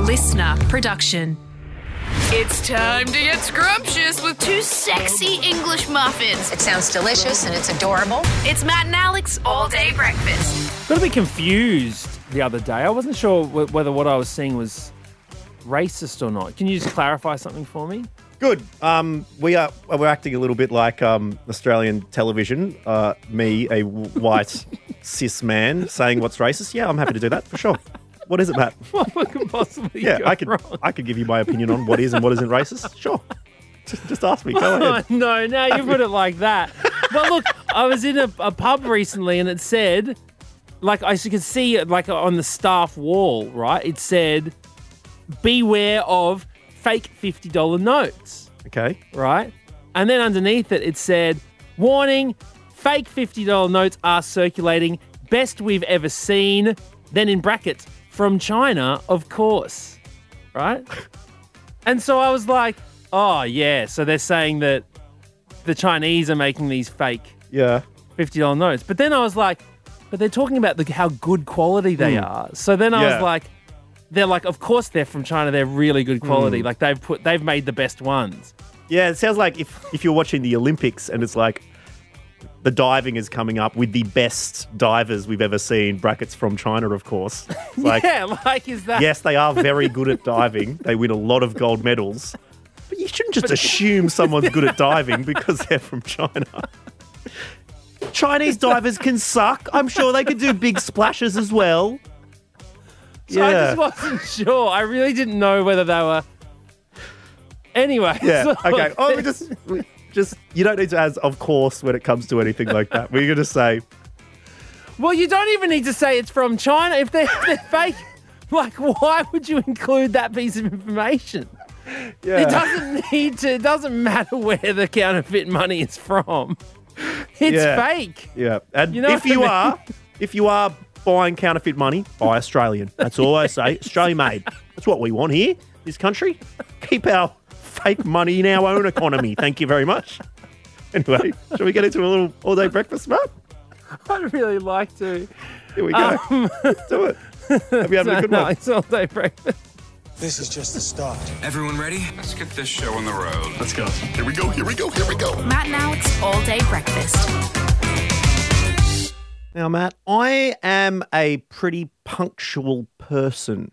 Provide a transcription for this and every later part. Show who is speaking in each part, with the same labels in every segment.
Speaker 1: listener production.
Speaker 2: It's time to get scrumptious with two sexy English muffins.
Speaker 3: It sounds delicious and it's adorable.
Speaker 2: It's Matt and Alex all day breakfast.
Speaker 4: Got a bit confused the other day. I wasn't sure wh- whether what I was seeing was racist or not. Can you just clarify something for me?
Speaker 5: Good. Um, we are we're acting a little bit like um, Australian television. Uh, me, a w- white cis man, saying what's racist. Yeah, I'm happy to do that for sure. What is it, Matt?
Speaker 4: What could possibly
Speaker 5: Yeah,
Speaker 4: go
Speaker 5: I could
Speaker 4: wrong?
Speaker 5: I could give you my opinion on what is and what isn't racist. Sure. Just, just ask me. Go
Speaker 4: Oh,
Speaker 5: ahead.
Speaker 4: no, no, you put it like that. But look, I was in a, a pub recently and it said, like, I could see it, like, uh, on the staff wall, right? It said, beware of fake $50 notes,
Speaker 5: Okay.
Speaker 4: right? And then underneath it, it said, warning, fake $50 notes are circulating, best we've ever seen. Then in brackets, from China, of course, right? And so I was like, oh, yeah. So they're saying that the Chinese are making these fake
Speaker 5: Yeah.
Speaker 4: $50 notes. But then I was like, but they're talking about the, how good quality they
Speaker 5: Mm.
Speaker 4: are. So then I
Speaker 5: Yeah.
Speaker 4: was like, they're like, of course they're from China. They're really good quality. Like they've put, they've made the best ones.
Speaker 5: Yeah. It sounds like if if you're watching the Olympics and it's like. The diving is coming up with the best divers we've ever seen. Brackets from China, of course. It's Like,
Speaker 4: yeah, like is that?
Speaker 5: Yes, they are very good at diving. They win a lot of gold medals. But you shouldn't just assume someone's good at diving because they're from China. Chinese divers can suck. I'm sure they could do big splashes as well.
Speaker 4: So I just wasn't sure. I really didn't know whether they were. Anyway.
Speaker 5: yeah.
Speaker 4: so-
Speaker 5: Okay. Oh, we just, we just you don't need to add of course when it comes to anything like that. We're gonna say
Speaker 4: Well, you don't even need to say it's from China if they're, if they're fake. Like, why would you include that piece of information? It
Speaker 5: yeah.
Speaker 4: doesn't need to. It doesn't matter where the counterfeit money is from. It's
Speaker 5: Yeah.
Speaker 4: fake.
Speaker 5: Yeah. And
Speaker 4: You know
Speaker 5: if
Speaker 4: what I
Speaker 5: you
Speaker 4: mean?
Speaker 5: are, if you are buying counterfeit money, buy Australian. That's all I say. Australian made. That's what we want here, this country. Keep our fake money in our own economy. Thank you very much. Anyway, shall we get into a little all day breakfast, Matt?
Speaker 4: I'd really like to.
Speaker 5: Here we go. Let's do it. Have you had a good
Speaker 4: Um, no,
Speaker 5: one?
Speaker 4: it's all day breakfast.
Speaker 6: This is just the start.
Speaker 7: Everyone ready? Let's get this show on the road.
Speaker 8: Let's go. Here we go, here we go, here we go.
Speaker 2: Matt and Alex all day breakfast.
Speaker 5: Now, Matt, I am a pretty punctual person.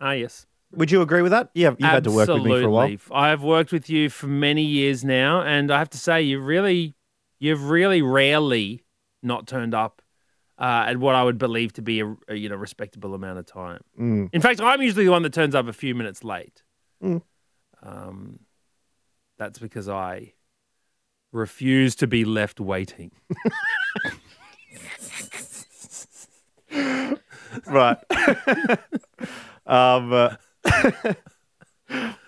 Speaker 4: Ah, yes.
Speaker 5: Would you agree with that? Yeah, you've had to work with me for a while.
Speaker 4: Absolutely. I've worked with you for many years now, and I have to say, you really, you've really rarely not turned up uh, at what I would believe to be a, a, you know respectable amount of time.
Speaker 5: Mm.
Speaker 4: In fact, I'm usually the one that turns up a few minutes late. Um, that's because I refuse to be left waiting.
Speaker 5: Right. um, uh,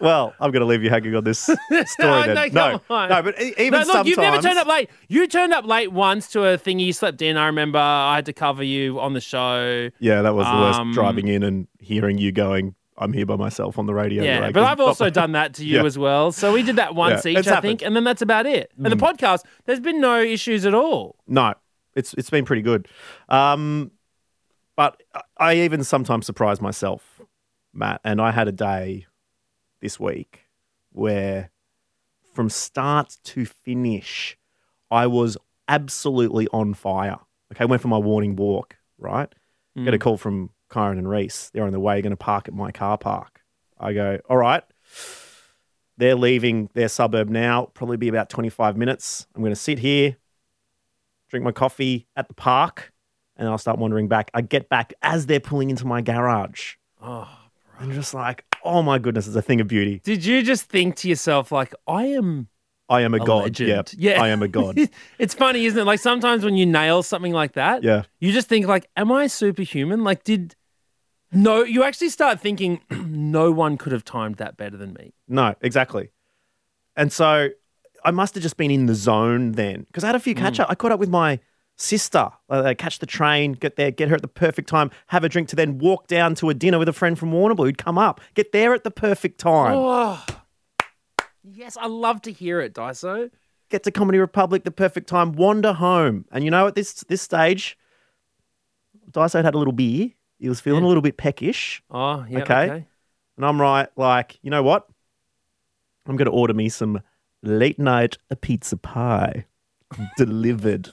Speaker 5: well, I'm going to leave you hanging on this story
Speaker 4: no,
Speaker 5: then.
Speaker 4: come
Speaker 5: no,
Speaker 4: on.
Speaker 5: no, but e- even
Speaker 4: No, look,
Speaker 5: sometimes
Speaker 4: you've never turned up late. You turned up late once to a thing you slept in. I remember I had to cover you on the show.
Speaker 5: Yeah, that was the
Speaker 4: Um,
Speaker 5: worst. Driving in and hearing you going, "I'm here by myself" on the radio.
Speaker 4: Yeah,
Speaker 5: Like,
Speaker 4: but I've
Speaker 5: it's
Speaker 4: also
Speaker 5: not-
Speaker 4: done that to you
Speaker 5: Yeah.
Speaker 4: as well. So we did that once
Speaker 5: Yeah,
Speaker 4: each,
Speaker 5: it's
Speaker 4: I
Speaker 5: happened. Mm.
Speaker 4: think, and then that's about it. And the podcast, there's been no issues at all.
Speaker 5: No, it's it's been pretty good. Um, but I- I even sometimes surprise myself, Matt. And I had a day this week where, from start to finish, I was absolutely on fire. Okay, went for my morning walk. Right, get a call from Kyron and Reese. They're on the way. Going to park at my car park. I go, all right. They're leaving their suburb now. Probably be about 25 minutes. I'm going to sit here, drink my coffee at the park, and I'll start wandering back. I get back as they're pulling into my garage.
Speaker 4: Oh.
Speaker 5: I'm just like, oh my goodness, it's a thing of beauty.
Speaker 4: Did you just think to yourself, like, I am
Speaker 5: I am a,
Speaker 4: a
Speaker 5: god.
Speaker 4: legend?
Speaker 5: Yeah, I am a god.
Speaker 4: it's funny, isn't it? Like sometimes when you nail something like that,
Speaker 5: Yeah.
Speaker 4: you just think, like, am I superhuman? Like, did no? You actually start thinking, no one could have timed that better than me.
Speaker 5: No, exactly. And so I must have just been in the zone then because I had a few catch up. I caught up with my sister, uh, catch the train, get there, get her at the perfect time, have a drink to then walk down to a dinner with a friend from Warrnambool who'd come up, get there at the perfect time,
Speaker 4: Oh, yes, I love to hear it, Daiso.
Speaker 5: get to Comedy Republic the perfect time, wander home. And you know, at this this stage, Dysart had a little beer. He was feeling a little bit peckish.
Speaker 4: Oh, yeah.
Speaker 5: Okay.
Speaker 4: okay.
Speaker 5: And I'm right, like, you know what? I'm going to order me some late night pizza pie delivered.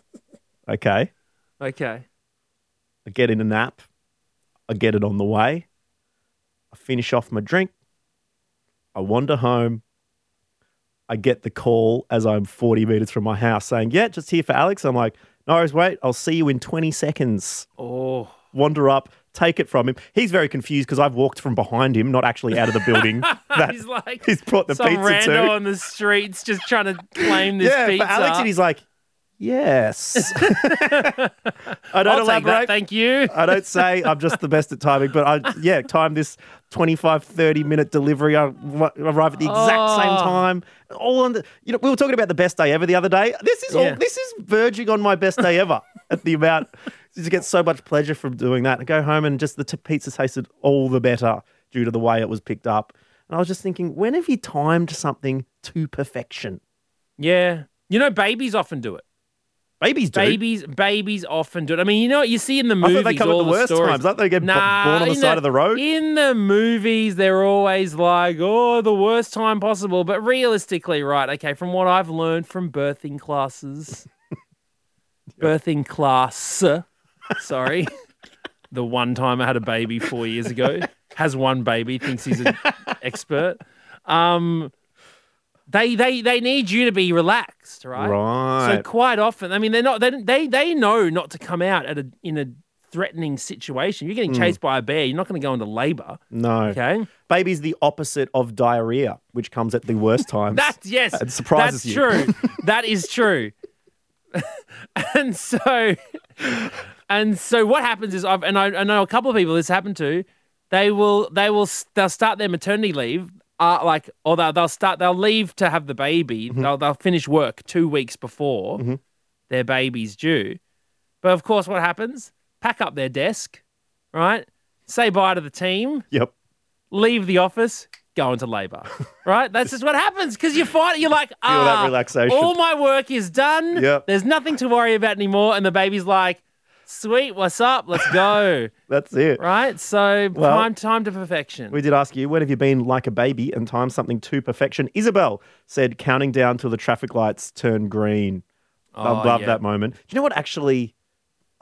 Speaker 5: Okay.
Speaker 4: Okay.
Speaker 5: I get in a nap. I get it on the way. I finish off my drink. I wander home. I get the call as I'm 40 meters from my house saying, Yeah, just here for Alex. I'm like, No worries, wait. I'll see you in 20 seconds.
Speaker 4: Oh.
Speaker 5: Wander up, take it from him. He's very confused because I've walked from behind him, not actually out of the building. that
Speaker 4: he's like
Speaker 5: he's brought the
Speaker 4: some
Speaker 5: pizza
Speaker 4: rando
Speaker 5: to.
Speaker 4: on the streets just trying to claim this
Speaker 5: yeah,
Speaker 4: pizza.
Speaker 5: but Alex, and he's like, Yes. I don't
Speaker 4: I'll take that,
Speaker 5: elaborate.
Speaker 4: thank you.
Speaker 5: I don't say I'm just the best at timing, but I, yeah, time this 25, 30 minute delivery. I wa- arrive at the exact same
Speaker 4: Oh.
Speaker 5: time. All on the, you know, we were talking about the best day ever the other day. This is all,
Speaker 4: Yeah.
Speaker 5: this is verging on my best day ever at the amount. You get so much pleasure from doing that. I go home and just the t- pizza tasted all the better due to the way it was picked up. And I was just thinking, when have you timed something to perfection?
Speaker 4: yeah. You know, babies often do it.
Speaker 5: Babies do.
Speaker 4: Babies, babies often do it. I mean, you know what you see in the
Speaker 5: thought
Speaker 4: movies.
Speaker 5: they come at
Speaker 4: all
Speaker 5: the worst
Speaker 4: stories.
Speaker 5: times. I thought they get b- born on the
Speaker 4: in
Speaker 5: side of the road.
Speaker 4: In the movies, they're always like, "Oh, the worst time possible." But realistically, right? Okay, from what I've learned from birthing classes, birthing class, sorry, the one time I had a baby four years ago has one baby, thinks he's an expert. Um, they they they need you to be relaxed, right?
Speaker 5: Right.
Speaker 4: So quite often, I mean, they're not. They they they know not to come out at a in a threatening situation. You're getting chased by a bear. You're not going to go into labor.
Speaker 5: Hmm. no.
Speaker 4: Okay.
Speaker 5: Baby's the opposite of diarrhea, which comes at the worst times.
Speaker 4: That's yes.
Speaker 5: It surprises
Speaker 4: that's
Speaker 5: you.
Speaker 4: true. that is true. and so, and so, what happens is I've and I, I know a couple of people this happened to. They will they will s- they'll start their maternity leave. Uh, like or they'll, they'll start they'll leave to have the baby.
Speaker 5: Mm-hmm.
Speaker 4: They'll they'll finish work two weeks before their baby's due. But of course, what happens? Pack up their desk, right? Say bye to the team
Speaker 5: Yep.
Speaker 4: leave the office, go into labor. Right? That's just what happens because you find you're like, ah,
Speaker 5: that relaxation."
Speaker 4: all my work is done.
Speaker 5: Yep.
Speaker 4: There's nothing to worry about anymore. And the baby's like, sweet, what's up? Let's go.
Speaker 5: That's it.
Speaker 4: right? So
Speaker 5: Well,
Speaker 4: time time to perfection.
Speaker 5: We did ask you, when have you been like a baby and timed something to perfection? Isabel said, counting down till the traffic lights turn green. I
Speaker 4: Oh,
Speaker 5: love
Speaker 4: yeah.
Speaker 5: that moment. Do you know what actually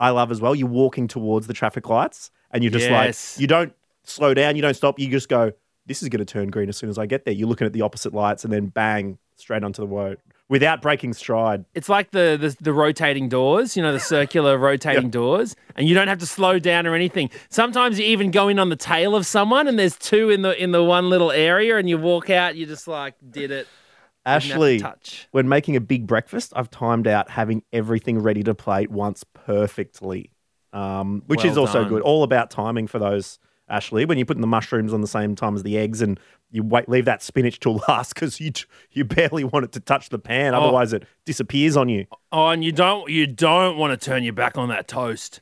Speaker 5: I love as well? You're walking towards the traffic lights and you're just
Speaker 4: Yes.
Speaker 5: like, you don't slow down, you don't stop, you just go, this is going to turn green as soon as I get there. You're looking at the opposite lights and then bang, straight onto the road without breaking stride.
Speaker 4: It's like the, the the rotating doors, you know, the circular rotating doors, and you don't have to slow down or anything. Sometimes you even go in on the tail of someone, and there's two in the in the one little area, and you walk out, you're just like, did it. Didn't have to
Speaker 5: Ashley,
Speaker 4: touch.
Speaker 5: when making a big breakfast, I've timed out having everything ready to plate once perfectly, um, which is
Speaker 4: Well
Speaker 5: also
Speaker 4: done.
Speaker 5: good. All about timing for those, Ashley. When you're putting the mushrooms on the same time as the eggs, and you wait, leave that spinach till last because you you barely want it to touch the pan, otherwise it disappears on you.
Speaker 4: Oh, and you don't you don't want to turn your back on that toast.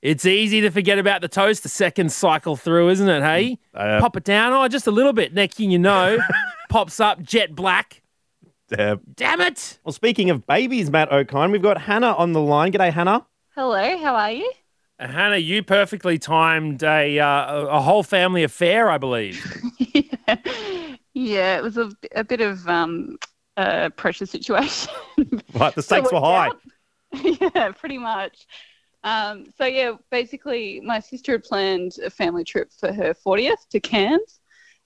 Speaker 4: It's easy to forget about the toast the second cycle through, isn't it? Hey, pop it down. Oh, just a little bit. Next thing you know, pops up jet black.
Speaker 5: Yeah.
Speaker 4: Damn it!
Speaker 5: Uh, Well, speaking of babies, Matt O'Kine, we've got Hannah on the line. G'day, Hannah.
Speaker 1: Hello, how are you?
Speaker 4: And Hannah, you perfectly timed a uh, a- a whole family affair, I believe.
Speaker 1: yeah, it was a, a bit of um, a pressure situation.
Speaker 5: Right, the stakes
Speaker 1: it
Speaker 5: were high.
Speaker 1: worked out. yeah, pretty much. Um, so yeah, basically, my sister had planned a family trip for her fortieth to Cairns,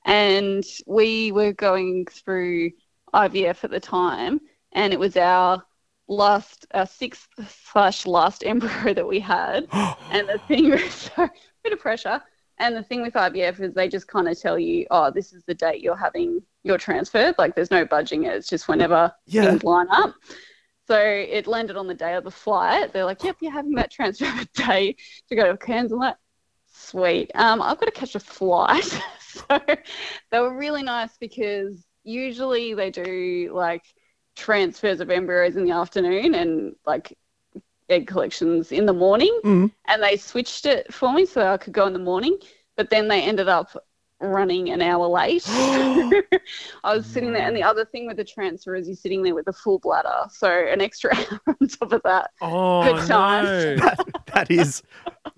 Speaker 1: and we were going through IVF at the time, and it was our last, our sixth slash last embryo that we had, and the thing was so bit of pressure. And the thing with IVF is they just kind of tell you, oh, this is the date you're having your transfer. Like there's no budging it. It's just whenever
Speaker 5: Yeah.
Speaker 1: things line up. So it landed on the day of the flight. They're like, yep, you're having that transfer of a day to go to Cairns. I'm like, sweet. Um, I've got to catch a flight. so they were really nice because usually they do like transfers of embryos in the afternoon and like egg collections in the morning
Speaker 5: Mm.
Speaker 1: and they switched it for me so I could go in the morning. But then they ended up running an hour late. I was sitting there, and the other thing with the transfer is you're sitting there with a full bladder, so an extra hour on top of that.
Speaker 4: Oh,
Speaker 1: Good times.
Speaker 4: no.
Speaker 5: That is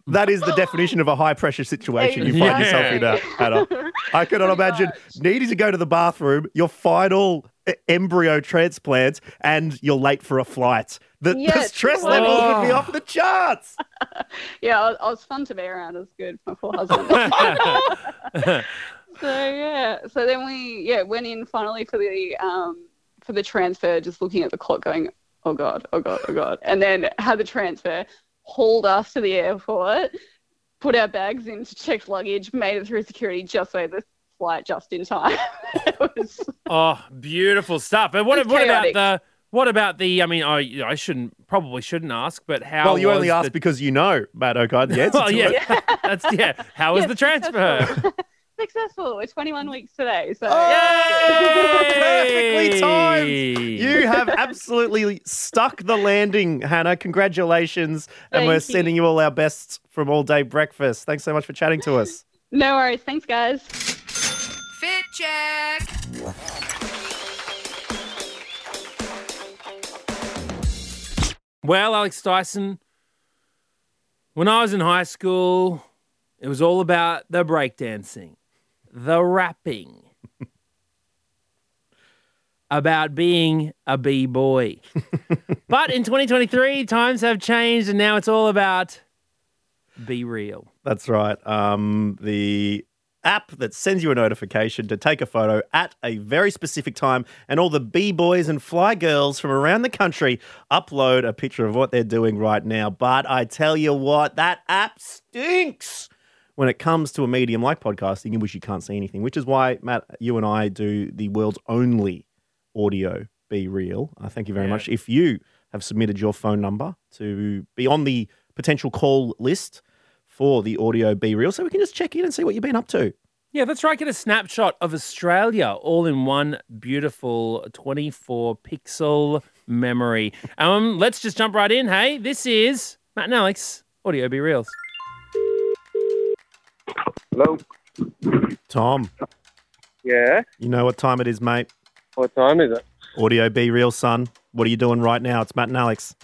Speaker 5: that is the definition of a high pressure situation you find yourself in, uh, Hannah. I cannot
Speaker 1: Pretty
Speaker 5: imagine needing to go to the bathroom, your final e- embryo transplant, and you're late for a flight. The,
Speaker 1: Yeah, Oh.
Speaker 5: the
Speaker 1: it's
Speaker 5: stress
Speaker 1: horrible.
Speaker 5: levels would be off the charts.
Speaker 1: Yeah, I was, I was fun to be around. It was good. My poor husband. so yeah, so then we yeah went in finally for the um for the transfer, just looking at the clock, going, oh god, oh god, oh god, and then had the transfer, hauled us to the airport, put our bags in to check luggage, made it through security just made the flight just in time. it was
Speaker 4: Oh, beautiful stuff. And what,
Speaker 1: It's
Speaker 4: what about
Speaker 1: chaotic.
Speaker 4: the what about the? I mean, I I shouldn't probably shouldn't ask, but how?
Speaker 5: well, you only
Speaker 4: was
Speaker 5: asked
Speaker 4: the,
Speaker 5: because you know, Matt O'Kine, the answer
Speaker 4: Well,
Speaker 5: to
Speaker 4: yeah,
Speaker 5: it.
Speaker 4: that's yeah. How was
Speaker 1: Yeah,
Speaker 4: the transfer?
Speaker 1: successful. We're 21 weeks today, so
Speaker 4: Oh! Yay!
Speaker 5: Oh, Perfectly timed. You have absolutely stuck the landing, Hannah. Congratulations. and
Speaker 1: Thank
Speaker 5: we're
Speaker 1: you.
Speaker 5: sending you all our best from All Day Breakfast. Thanks so much for chatting to us.
Speaker 1: no worries. Thanks, guys.
Speaker 2: Fit check.
Speaker 4: Well, Alex Dyson, when I was in high school, it was all about the breakdancing, the rapping, about being a B boy. but in 2023, times have changed, and now it's all about be real.
Speaker 5: That's right. Um, the app that sends you a notification to take a photo at a very specific time, and all the b boys and fly girls from around the country upload a picture of what they're doing right now. But I tell you what, that app stinks. When it comes to a medium like podcasting, in which you can't see anything, which is why Matt, you and I do the world's only audio be real. Uh, thank you very
Speaker 4: Yeah.
Speaker 5: much. If you have submitted your phone number to be on the potential call list for the audio be real, so we can just check in and see what you've been up to.
Speaker 4: Yeah, that's right. Get a snapshot of Australia all in one beautiful 24 pixel memory. Um, let's just jump right in. Hey, this is Matt and Alex, Audio Be Reals.
Speaker 9: Hello.
Speaker 5: Tom,
Speaker 9: Yeah.
Speaker 5: you know what time it is, mate.
Speaker 9: What time is it?
Speaker 5: Audio be real, son. What are you doing right now? It's Matt and Alex.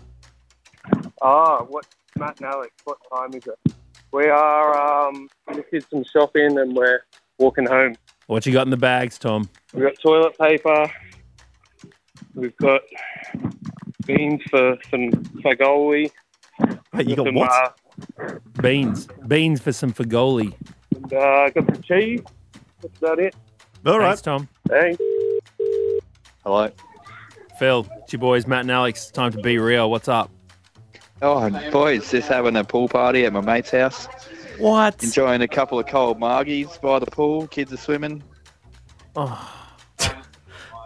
Speaker 9: Ah, what Matt and Alex? What time is it? We are um, we did some shopping and we're walking home.
Speaker 4: What you got in the bags, Tom?
Speaker 9: We've got toilet paper. We've got beans for some fagoli.
Speaker 5: Wait, you
Speaker 9: got
Speaker 5: got
Speaker 9: some,
Speaker 5: what?
Speaker 9: Uh,
Speaker 4: Beans. Beans for some fagoli.
Speaker 9: and, uh, got some cheese. That's about it.
Speaker 5: All right.
Speaker 4: Thanks, Tom.
Speaker 9: Hey.
Speaker 10: Hello.
Speaker 4: Phil, it's your boys, Matt and Alex. Time to be real. What's up?
Speaker 10: Oh, boys, just having a pool party at my mate's house.
Speaker 5: What?
Speaker 10: Enjoying a couple of cold margies by the pool. Kids are swimming.
Speaker 4: I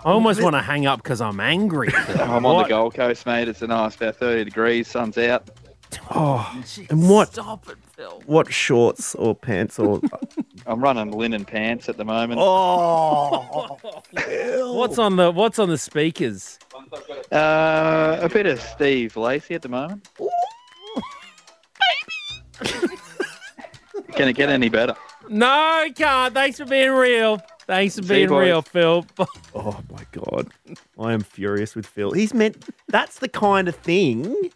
Speaker 4: almost want to hang up because I'm angry.
Speaker 10: I'm on
Speaker 4: What?
Speaker 10: the Gold Coast, mate. It's a nice, about 30 degrees. Sun's out.
Speaker 5: Oh, and what?
Speaker 2: Stop it, Phil.
Speaker 5: What shorts or pants or?
Speaker 10: I'm running linen pants at the moment.
Speaker 5: oh,
Speaker 4: What's on the What's on the speakers?
Speaker 10: Uh, a bit of Steve Lacey at the moment. Baby! Can it get any better?
Speaker 4: No, can't. Thanks for being real. Thanks for
Speaker 10: See you,
Speaker 4: being
Speaker 10: boys.
Speaker 4: real, Phil.
Speaker 5: Oh my god. I am furious with Phil. He's meant that's the kind of thing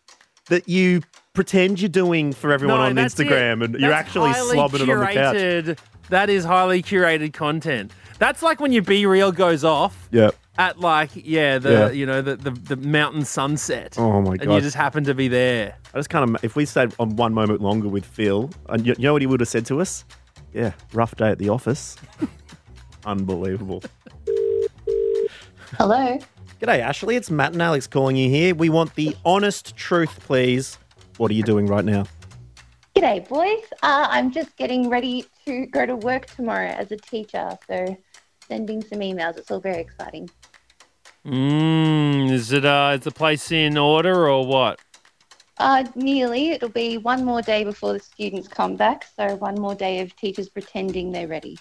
Speaker 5: that you pretend you're doing for everyone
Speaker 4: No,
Speaker 5: on
Speaker 4: that's
Speaker 5: Instagram
Speaker 4: it.
Speaker 5: and you're
Speaker 4: That's
Speaker 5: actually
Speaker 4: highly
Speaker 5: slobbing it on the couch.
Speaker 4: curated. That is highly curated content. That's like when your B reel goes off
Speaker 5: Yeah.
Speaker 4: at like yeah the
Speaker 5: Yeah.
Speaker 4: you know the, the the mountain sunset.
Speaker 5: Oh my
Speaker 4: And you
Speaker 5: god.
Speaker 4: just happen to be there.
Speaker 5: I just kind of if we stayed on one moment longer with Phil, and you, you know what he would have said to us? Yeah, rough day at the office. Unbelievable.
Speaker 3: Hello.
Speaker 5: G'day, Ashley. It's Matt and Alex calling you here. We want the honest truth, please. What are you doing right now?
Speaker 11: G'day, boys. Uh, I'm just getting ready to go to work tomorrow as a teacher, so sending some emails. It's all very exciting.
Speaker 4: Mm, is it uh is the place in order or what?
Speaker 11: Uh, nearly. It'll be one more day before the students come back, so one more day of teachers pretending they're ready.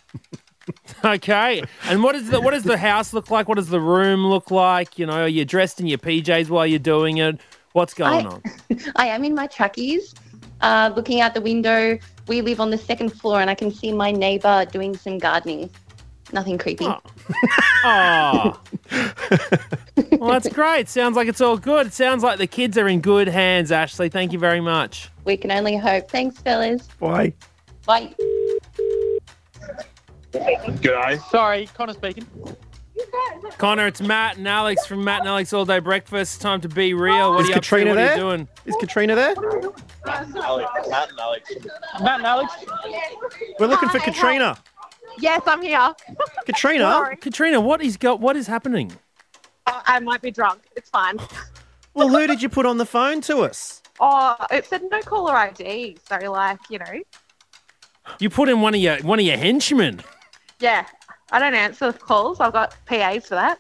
Speaker 4: Okay. And what is the what does the house look like? What does the room look like? You know, are you dressed in your PJs while you're doing it? What's going
Speaker 11: I-
Speaker 4: on?
Speaker 11: I am in my trackies.
Speaker 12: uh, looking out the window. We live on the second floor, and I can see my neighbor doing some gardening. Nothing creepy.
Speaker 4: Oh. well, that's great. Sounds like it's all good. Sounds like the kids are in good hands, Ashley. Thank you very much.
Speaker 12: We can only hope. Thanks, fellas.
Speaker 5: Bye.
Speaker 12: Bye.
Speaker 9: G'day. Sorry, Connor speaking.
Speaker 4: Connor, it's Matt and Alex from Matt and Alex All Day Breakfast. Time to be real. What
Speaker 5: Is
Speaker 4: are you
Speaker 5: Katrina
Speaker 4: up to? What
Speaker 5: there?
Speaker 4: are you doing?
Speaker 5: Is Katrina there?
Speaker 9: Alex, Matt and Alex. Matt and Alex.
Speaker 5: We're looking for
Speaker 1: Hi, hi.
Speaker 5: Katrina.
Speaker 1: Yes, I'm here.
Speaker 5: Katrina?
Speaker 1: Sorry.
Speaker 4: Katrina, what is go- what is happening?
Speaker 1: I Oh, I might be drunk. It's fine.
Speaker 5: Well, who did you put on the phone to us?
Speaker 1: Oh, it said no caller ID. So, like, you know,
Speaker 4: You put in one of your one of your henchmen.
Speaker 1: yeah, I don't answer calls. I've got PAs for that.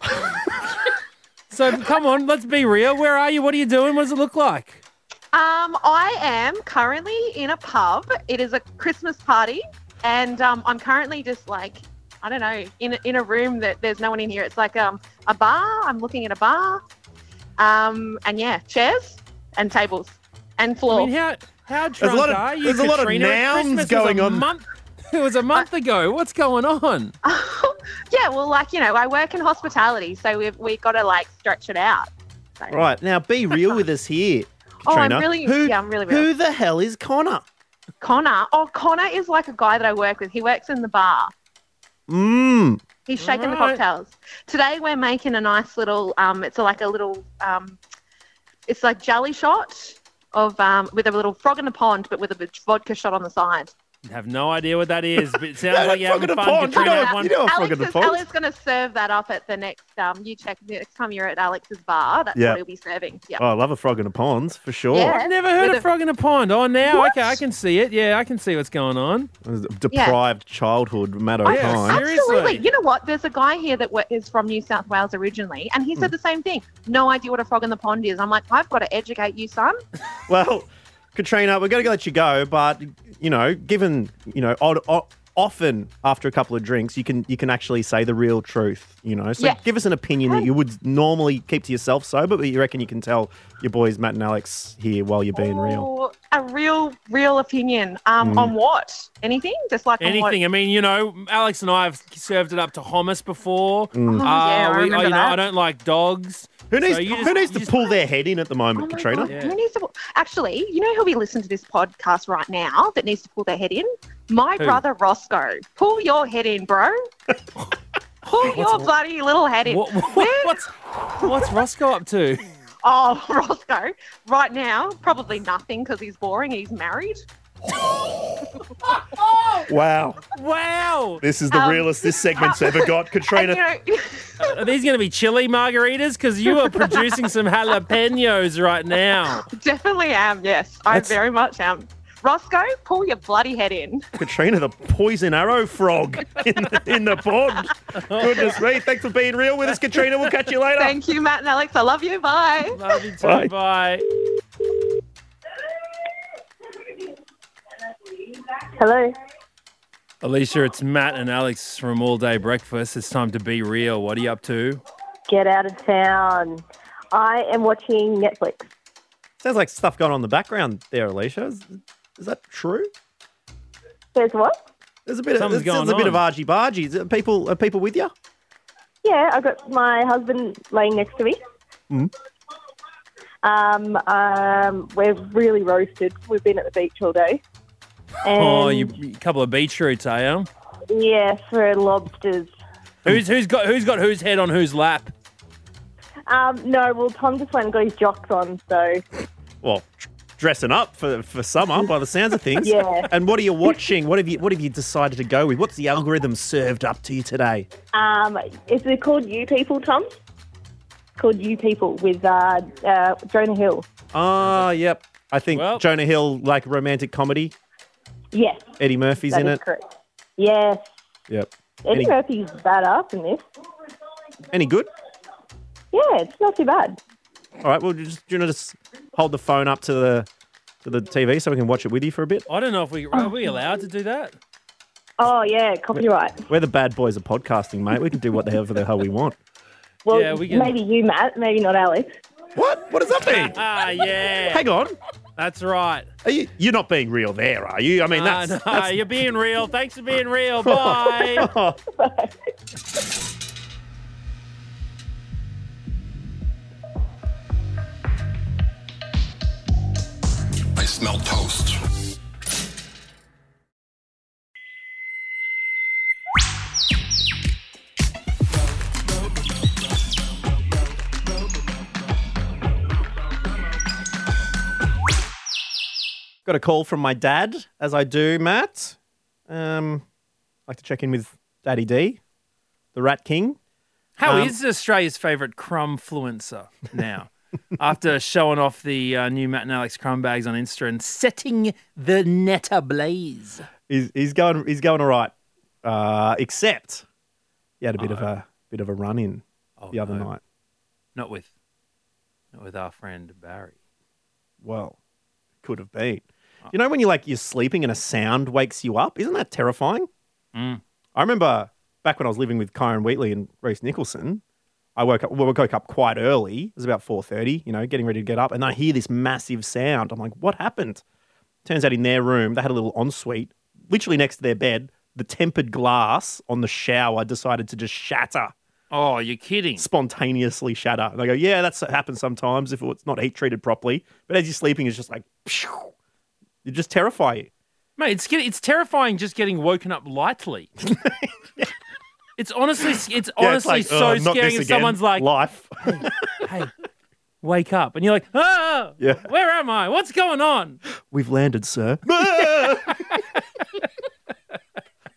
Speaker 4: So come on, let's be real. Where are you? What are you doing? What does it look like?
Speaker 1: Um, I am currently in a pub. It is a Christmas party, and um, I'm currently just like, I don't know, in a, in a room that there's no one in here. It's like um, a bar. I'm looking at a bar, um, and yeah, chairs and tables and floor.
Speaker 4: I mean, how how
Speaker 1: There's a lot
Speaker 4: drunk
Speaker 1: of-
Speaker 4: are you?
Speaker 5: there's a lot of
Speaker 4: Katrina?
Speaker 5: nouns
Speaker 4: Christmas was
Speaker 5: going
Speaker 4: a
Speaker 5: on.
Speaker 4: Month, it was a month ago. What's going on?
Speaker 1: Yeah, well, like you know, I work in hospitality, so we've we got to like stretch it out. So.
Speaker 5: Right, now be real with us here.
Speaker 1: Oh, I'm
Speaker 5: Katrina.
Speaker 1: really-
Speaker 5: who,
Speaker 1: yeah, I'm really real.
Speaker 5: Who the hell is Connor?
Speaker 1: Connor, oh, Connor is like a guy that I work with. He works in the bar.
Speaker 5: Mmm.
Speaker 1: He's shaking the
Speaker 5: Right.
Speaker 1: cocktails. Today we're making a nice little. Um, it's like a little. Um, it's like jelly shot of um, with a little frog in the pond, but with a bit vodka shot on the side.
Speaker 4: Have no idea what that is, but it sounds like you're having fun.
Speaker 5: You
Speaker 4: Katrina.
Speaker 5: know-
Speaker 4: Have one-
Speaker 5: you know a frog
Speaker 1: Alex
Speaker 5: in the
Speaker 1: is,
Speaker 5: pond.
Speaker 1: Alex going to serve that up at the next. Um, you check next time you're at Alex's bar. That's
Speaker 5: Yeah.
Speaker 1: what he'll be serving. Yeah.
Speaker 5: Oh, I love a frog in a pond, for sure.
Speaker 4: I've never heard
Speaker 1: With
Speaker 4: of frog in a pond. Oh, now
Speaker 1: What?
Speaker 4: okay, I can see it. Yeah, I can see what's going on.
Speaker 5: Deprived childhood, Matt
Speaker 4: Oh, yeah,
Speaker 5: O'Kine.
Speaker 1: Absolutely. You know what? There's a guy here that wa- is from New South Wales originally, and he said
Speaker 5: Hmm.
Speaker 1: the same thing. No idea what a frog in the pond is. I'm like, I've got to educate you, son.
Speaker 5: Well, Katrina, we're going to let you go, but you know, given you know, od- o- often after a couple of drinks, you can you can actually say the real truth. You know, so
Speaker 1: Yeah.
Speaker 5: give us an opinion that you would normally keep to yourself sober, but you reckon you can tell your boys Matt and Alex here while you're being real.
Speaker 1: Or a real, real opinion um,
Speaker 5: Mm.
Speaker 1: on what? Anything? Just like on what?
Speaker 4: Anything. I mean, you know, Alex and I have served it up to hummus before.
Speaker 5: Mm.
Speaker 4: Uh,
Speaker 5: Oh, yeah, I
Speaker 4: we-
Speaker 5: remember
Speaker 4: you know,
Speaker 5: that.
Speaker 4: I don't like dogs.
Speaker 5: Who needs
Speaker 4: So you just-
Speaker 5: who needs
Speaker 4: you
Speaker 5: to
Speaker 4: just-
Speaker 5: pull their head in at the moment,
Speaker 1: Oh my
Speaker 5: Katrina?
Speaker 1: God, Who needs to? Actually, you know who we listen to this podcast right now that needs to pull their head in? My
Speaker 5: Who?
Speaker 1: brother Roscoe. Pull your head in, bro. pull your bloody little head in.
Speaker 4: What- what's What's Roscoe up to?
Speaker 1: Oh, Roscoe, right now, probably nothing because he's boring. He's married.
Speaker 5: Wow,
Speaker 4: Wow.
Speaker 5: this is the
Speaker 1: Um,
Speaker 5: realest this segment's ever got, Katrina.
Speaker 1: And, you know,
Speaker 4: Are these going to be chili margaritas? Because you are producing some jalapenos right now.
Speaker 1: definitely am, yes. I
Speaker 5: That's-
Speaker 1: very much am. Roscoe, pull your bloody head in.
Speaker 5: Katrina, the poison arrow frog in the, in the pond. Goodness me. Thanks for being real with us, Katrina. We'll catch you later.
Speaker 1: Thank you, Matt and Alex. I love you. Bye.
Speaker 4: Love you too.
Speaker 5: Bye.
Speaker 4: Bye.
Speaker 10: Hello.
Speaker 4: Alicia, it's Matt and Alex from All Day Breakfast. It's time to be real. What are you up to?
Speaker 10: Get out of town. I am watching Netflix.
Speaker 5: Sounds like stuff going on in the background there, Alicia. Is, is that true?
Speaker 10: There's what?
Speaker 5: There's a bit of,
Speaker 4: Something's
Speaker 5: there's, there's a
Speaker 4: going
Speaker 5: bit of
Speaker 4: on.
Speaker 5: argy bargy. Is it People, are people with you?
Speaker 10: Yeah, I've got my husband laying next to me.
Speaker 5: Mm.
Speaker 10: Um, um, we're really roasted. We've been at the beach all day. And
Speaker 4: oh, you you- couple of beetroots, I am.
Speaker 10: Yes, we're lobsters.
Speaker 4: Who's who's got who's got whose head on whose lap?
Speaker 10: Um, no, well, Tom just went and got his jocks on, so
Speaker 5: Well, tr- dressing up for, for summer by the sounds of things.
Speaker 10: Yeah.
Speaker 5: And what are you watching? What have you What have you decided to go with? What's the algorithm served up to you today?
Speaker 10: Um, is it called You People, Tom? Called You People with uh, uh, Jonah Hill.
Speaker 5: Ah, yep. I think Jonah Hill, like romantic comedy.
Speaker 10: Yes,
Speaker 5: Eddie Murphy's
Speaker 10: that
Speaker 5: in
Speaker 10: is
Speaker 5: it.
Speaker 10: correct. Yes,
Speaker 5: Yep.
Speaker 10: Eddie
Speaker 5: Any,
Speaker 10: Murphy's badass in this.
Speaker 5: any good?
Speaker 10: Yeah, it's not too bad.
Speaker 5: All right. Well, just do you want to just hold the phone up to the to the TV so we can watch it with you for a bit?
Speaker 4: I don't know if we are we allowed to do that.
Speaker 10: Oh yeah, copyright.
Speaker 5: We're the bad boys of podcasting, mate. We can do what the hell the hell we want.
Speaker 10: Well,
Speaker 5: Yeah, we can-
Speaker 10: maybe you, Matt. Maybe not Alex.
Speaker 5: What? What does that mean?
Speaker 4: Ah, yeah.
Speaker 5: Hang on.
Speaker 4: That's right.
Speaker 5: Are you, you're not being real there, are you? I mean,
Speaker 4: Nah,
Speaker 5: that's,
Speaker 4: nah,
Speaker 5: that's- oh.
Speaker 4: you're being real. Thanks for being real. Bye.
Speaker 8: I smell toast.
Speaker 5: Got a call from my dad, as I do, Matt. Um, like to check in with Daddy D, the Rat King.
Speaker 4: How is
Speaker 5: Um,
Speaker 4: Australia's favourite crumbfluencer now? after showing off the uh, new Matt and Alex crumb bags on Insta and setting the net ablaze.
Speaker 5: He's, he's going. He's going all right. Uh, except he had a bit of a bit of a run in the other night.
Speaker 4: Oh, Not with, not with our friend Barry.
Speaker 5: Well, could have been. You know when you like you're sleeping and a sound wakes you up? Isn't that terrifying?
Speaker 4: Mm.
Speaker 5: I remember back when I was living with Kyron Wheatley and Reese Nicholson, I woke up well, I woke up quite early. It was about four thirty, you know, getting ready to get up, and I hear this massive sound. I'm like, what happened? Turns out in their room, they had a little ensuite, literally next to their bed, the tempered glass on the shower decided to just shatter.
Speaker 4: Oh, you're kidding.
Speaker 5: Spontaneously shatter. And I go, yeah, that's happens sometimes if it's not heat treated properly. But as you're sleeping, it's just like, phew, it just terrify you.
Speaker 4: Mate, it's get- it's terrifying just getting woken up lightly. it's honestly it's
Speaker 5: Yeah, it's
Speaker 4: honestly
Speaker 5: like,
Speaker 4: so
Speaker 5: "Oh, not
Speaker 4: scary.
Speaker 5: this
Speaker 4: If
Speaker 5: again.
Speaker 4: someone's like,
Speaker 5: life.
Speaker 4: hey, wake up, and you're like, ah,
Speaker 5: Yeah.
Speaker 4: where am I? What's going on?
Speaker 5: We've landed, sir.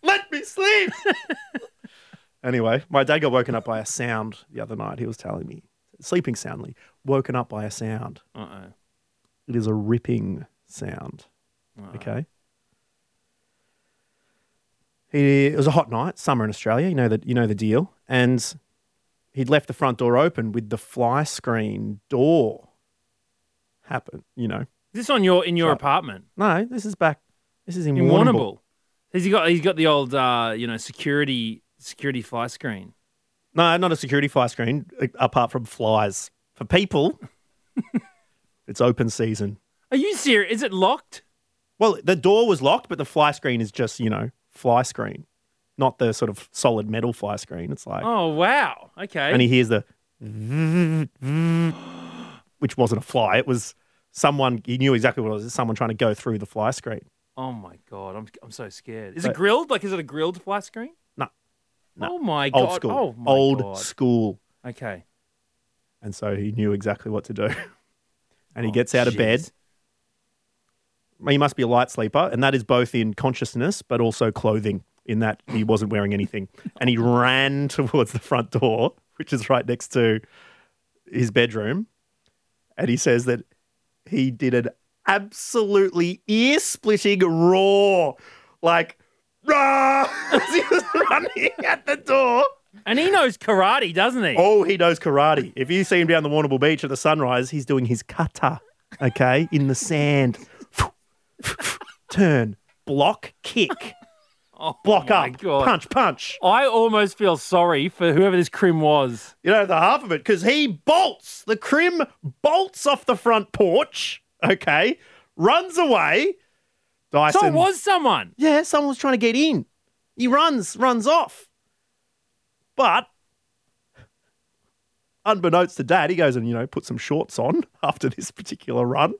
Speaker 5: Let me sleep. Anyway, my dad got woken up by a sound the other night. He was telling me, sleeping soundly, woken up by a sound.
Speaker 4: Uh oh.
Speaker 5: It is a ripping sound.
Speaker 4: Uh-oh.
Speaker 5: Okay. He, it was a hot night, summer in Australia. You know that you know the deal. And he'd left the front door open with the fly screen door. Happen, you know.
Speaker 4: Is this on your in your apartment?
Speaker 5: No, this is back. This is in,
Speaker 4: In
Speaker 5: Warrnambool.
Speaker 4: Warrnambool. He's got he's got the old uh, you know security security fly screen.
Speaker 5: No, not a security fly screen, a- apart from flies. For people, it's open season.
Speaker 4: Are you serious? Is it locked?
Speaker 5: Well, the door was locked, but the fly screen is just, you know, fly screen, not the sort of solid metal fly screen. It's like,
Speaker 4: Oh wow. Okay.
Speaker 5: and he hears the, which wasn't a fly. It was someone, he knew exactly what it was. Someone trying to go through the fly screen.
Speaker 4: oh my god, I'm I'm so scared. Is it
Speaker 5: But-
Speaker 4: grilled? Like is it a grilled fly screen?
Speaker 5: No. No.
Speaker 4: Oh my god.
Speaker 5: Old school.
Speaker 4: Oh my
Speaker 5: Old
Speaker 4: god.
Speaker 5: school.
Speaker 4: Okay.
Speaker 5: And so he knew exactly what to do. and he
Speaker 4: Oh,
Speaker 5: gets out of bed.
Speaker 4: jeez.
Speaker 5: He must be a light sleeper, and that is both in consciousness but also clothing, in that he wasn't wearing anything. And he ran towards the front door, which is right next to his bedroom. And he says that he did an absolutely ear splitting roar. Like, rah! as he was running at the door.
Speaker 4: And he knows karate, doesn't he?
Speaker 5: Oh, he knows karate. If you see him down the Warrnambool Beach at the sunrise, he's doing his kata, okay, in the sand. Turn, block, kick,
Speaker 4: Oh
Speaker 5: block
Speaker 4: my
Speaker 5: up,
Speaker 4: God.
Speaker 5: punch, punch.
Speaker 4: I almost feel sorry for whoever this crim was.
Speaker 5: You know the half of it because he bolts. The crim bolts off the front porch, okay, runs away. Dyson.
Speaker 4: So it was someone.
Speaker 5: Yeah, someone was trying to get in. He runs, runs off. But unbeknownst to dad, he goes and, you know, puts some shorts on after this particular run.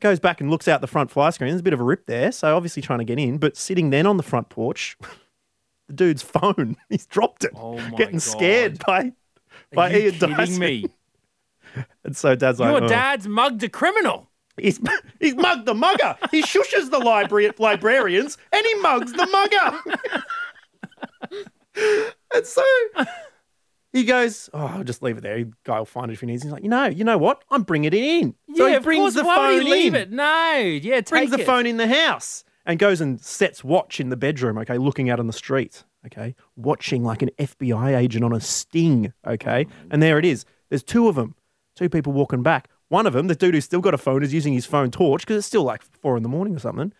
Speaker 5: Goes back and looks out the front fly screen. There's a bit of a rip there, so obviously trying to get in, but sitting then on the front porch, the dude's phone. He's dropped it.
Speaker 4: Oh my
Speaker 5: getting
Speaker 4: God.
Speaker 5: scared by by
Speaker 4: Are you
Speaker 5: Ian
Speaker 4: kidding
Speaker 5: Dyson.
Speaker 4: me?
Speaker 5: And so dad's like,
Speaker 4: Your
Speaker 5: "Oh."
Speaker 4: dad's mugged a criminal.
Speaker 5: He's, he's mugged the mugger. He shushes the libra- librarians and he mugs the mugger. and so he goes, Oh, I'll just leave it there. Guy will find it if he needs it. He's like, You know, you know what? I'm bringing it in. So
Speaker 4: yeah,
Speaker 5: he
Speaker 4: of course.
Speaker 5: brings the
Speaker 4: Why would
Speaker 5: phone
Speaker 4: he leave
Speaker 5: in.
Speaker 4: it? No. Yeah, take
Speaker 5: brings the
Speaker 4: it.
Speaker 5: phone in the house and goes and sets watch in the bedroom, okay, looking out on the street, okay, watching like an FBI agent on a sting, okay. And there it is. There's two of them, two people walking back. One of them, the dude who's still got a phone, is using his phone torch because it's still like four in the morning or something,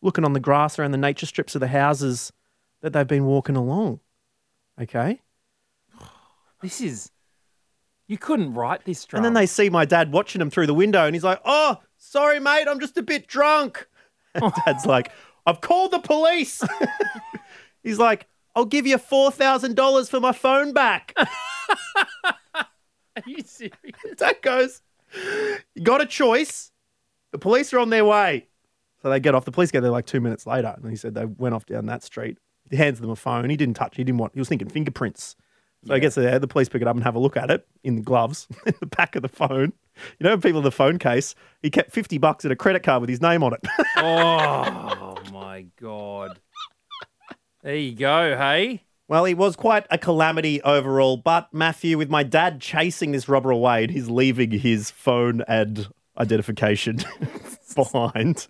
Speaker 5: looking on the grass around the nature strips of the houses that they've been walking along, okay.
Speaker 4: This is. You couldn't write this drama.
Speaker 5: And then they see my dad watching him through the window and he's like, oh, Sorry, mate, I'm just a bit drunk. And Dad's like, I've called the police. He's like, I'll give you $4,000 for my phone back.
Speaker 4: Are you serious?
Speaker 5: Dad goes, You got a choice. The police are on their way. So they get off. The police get there like two minutes later. And he said they went off down that street. He hands them a phone. He didn't touch it. He didn't want, he was thinking fingerprints. So he gets there. The police pick it up and have a look at it in the gloves, in the back of the phone. You know, people in the phone case, he kept 50 bucks in a credit card with his name on it.
Speaker 4: Oh my god. There you go, hey?
Speaker 5: Well, it was quite a calamity overall, but Matthew, with my dad chasing this robber away and he's leaving his phone and identification behind,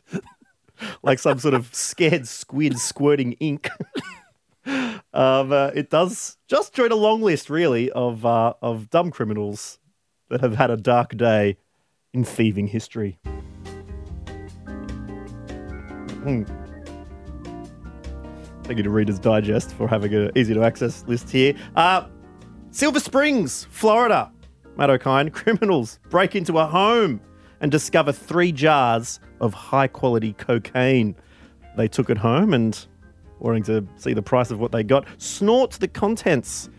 Speaker 5: like some sort of scared squid squirting ink. um, uh, it does just join a long list, really, of, uh, of dumb criminals that have had a dark day in thieving history. Hmm. Thank you to Reader's Digest for having an easy to access list here. Uh, Silver Springs, Florida. Matt O'Kine, criminals break into a home and discover three jars of high quality cocaine. They took it home and, wanting to see the price of what they got, snort the contents.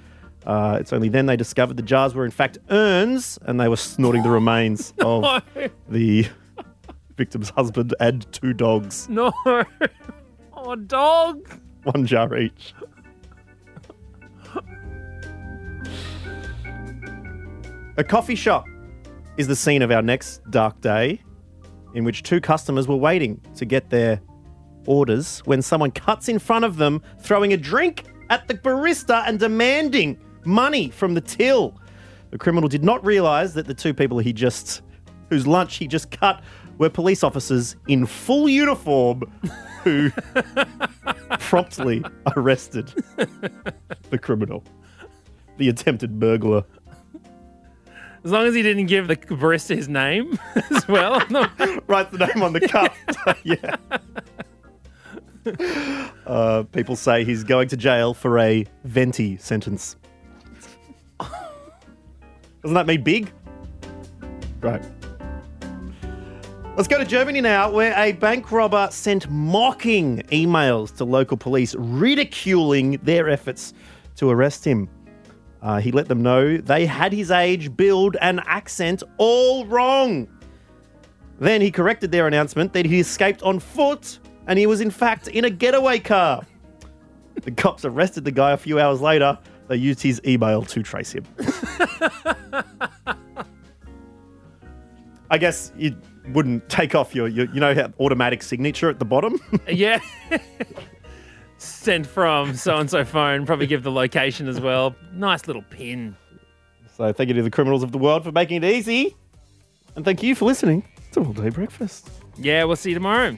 Speaker 5: Uh, it's only then they discovered the jars were in fact urns and they were snorting the remains of the victim's husband and two dogs,
Speaker 4: No. Oh, dog.
Speaker 5: one jar each. A coffee shop is the scene of our next dark day, in which two customers were waiting to get their orders when someone cuts in front of them, throwing a drink at the barista and demanding money from the till. The criminal did not realize that the two people he just, whose lunch he just cut, were police officers in full uniform who promptly arrested the criminal, the attempted burglar.
Speaker 4: As long as he didn't give the barista his name as well.
Speaker 5: Write the name on the cup. yeah. Uh, people say he's going to jail for a venti sentence. Doesn't that mean big? Right. Let's go to Germany now, where a bank robber sent mocking emails to local police ridiculing their efforts to arrest him. Uh, he let them know they had his age, build, and accent all wrong. Then he corrected their announcement that he escaped on foot and he was in fact in a getaway car. The cops arrested the guy a few hours later. They used his email to trace him. I guess you wouldn't take off your, your you know, how automatic signature at the bottom.
Speaker 4: yeah. Sent from so and so phone. Probably give the location as well. Nice little pin.
Speaker 5: So thank you to the criminals of the world for making it easy. And thank you for listening to All Day Breakfast.
Speaker 4: Yeah, we'll see you tomorrow.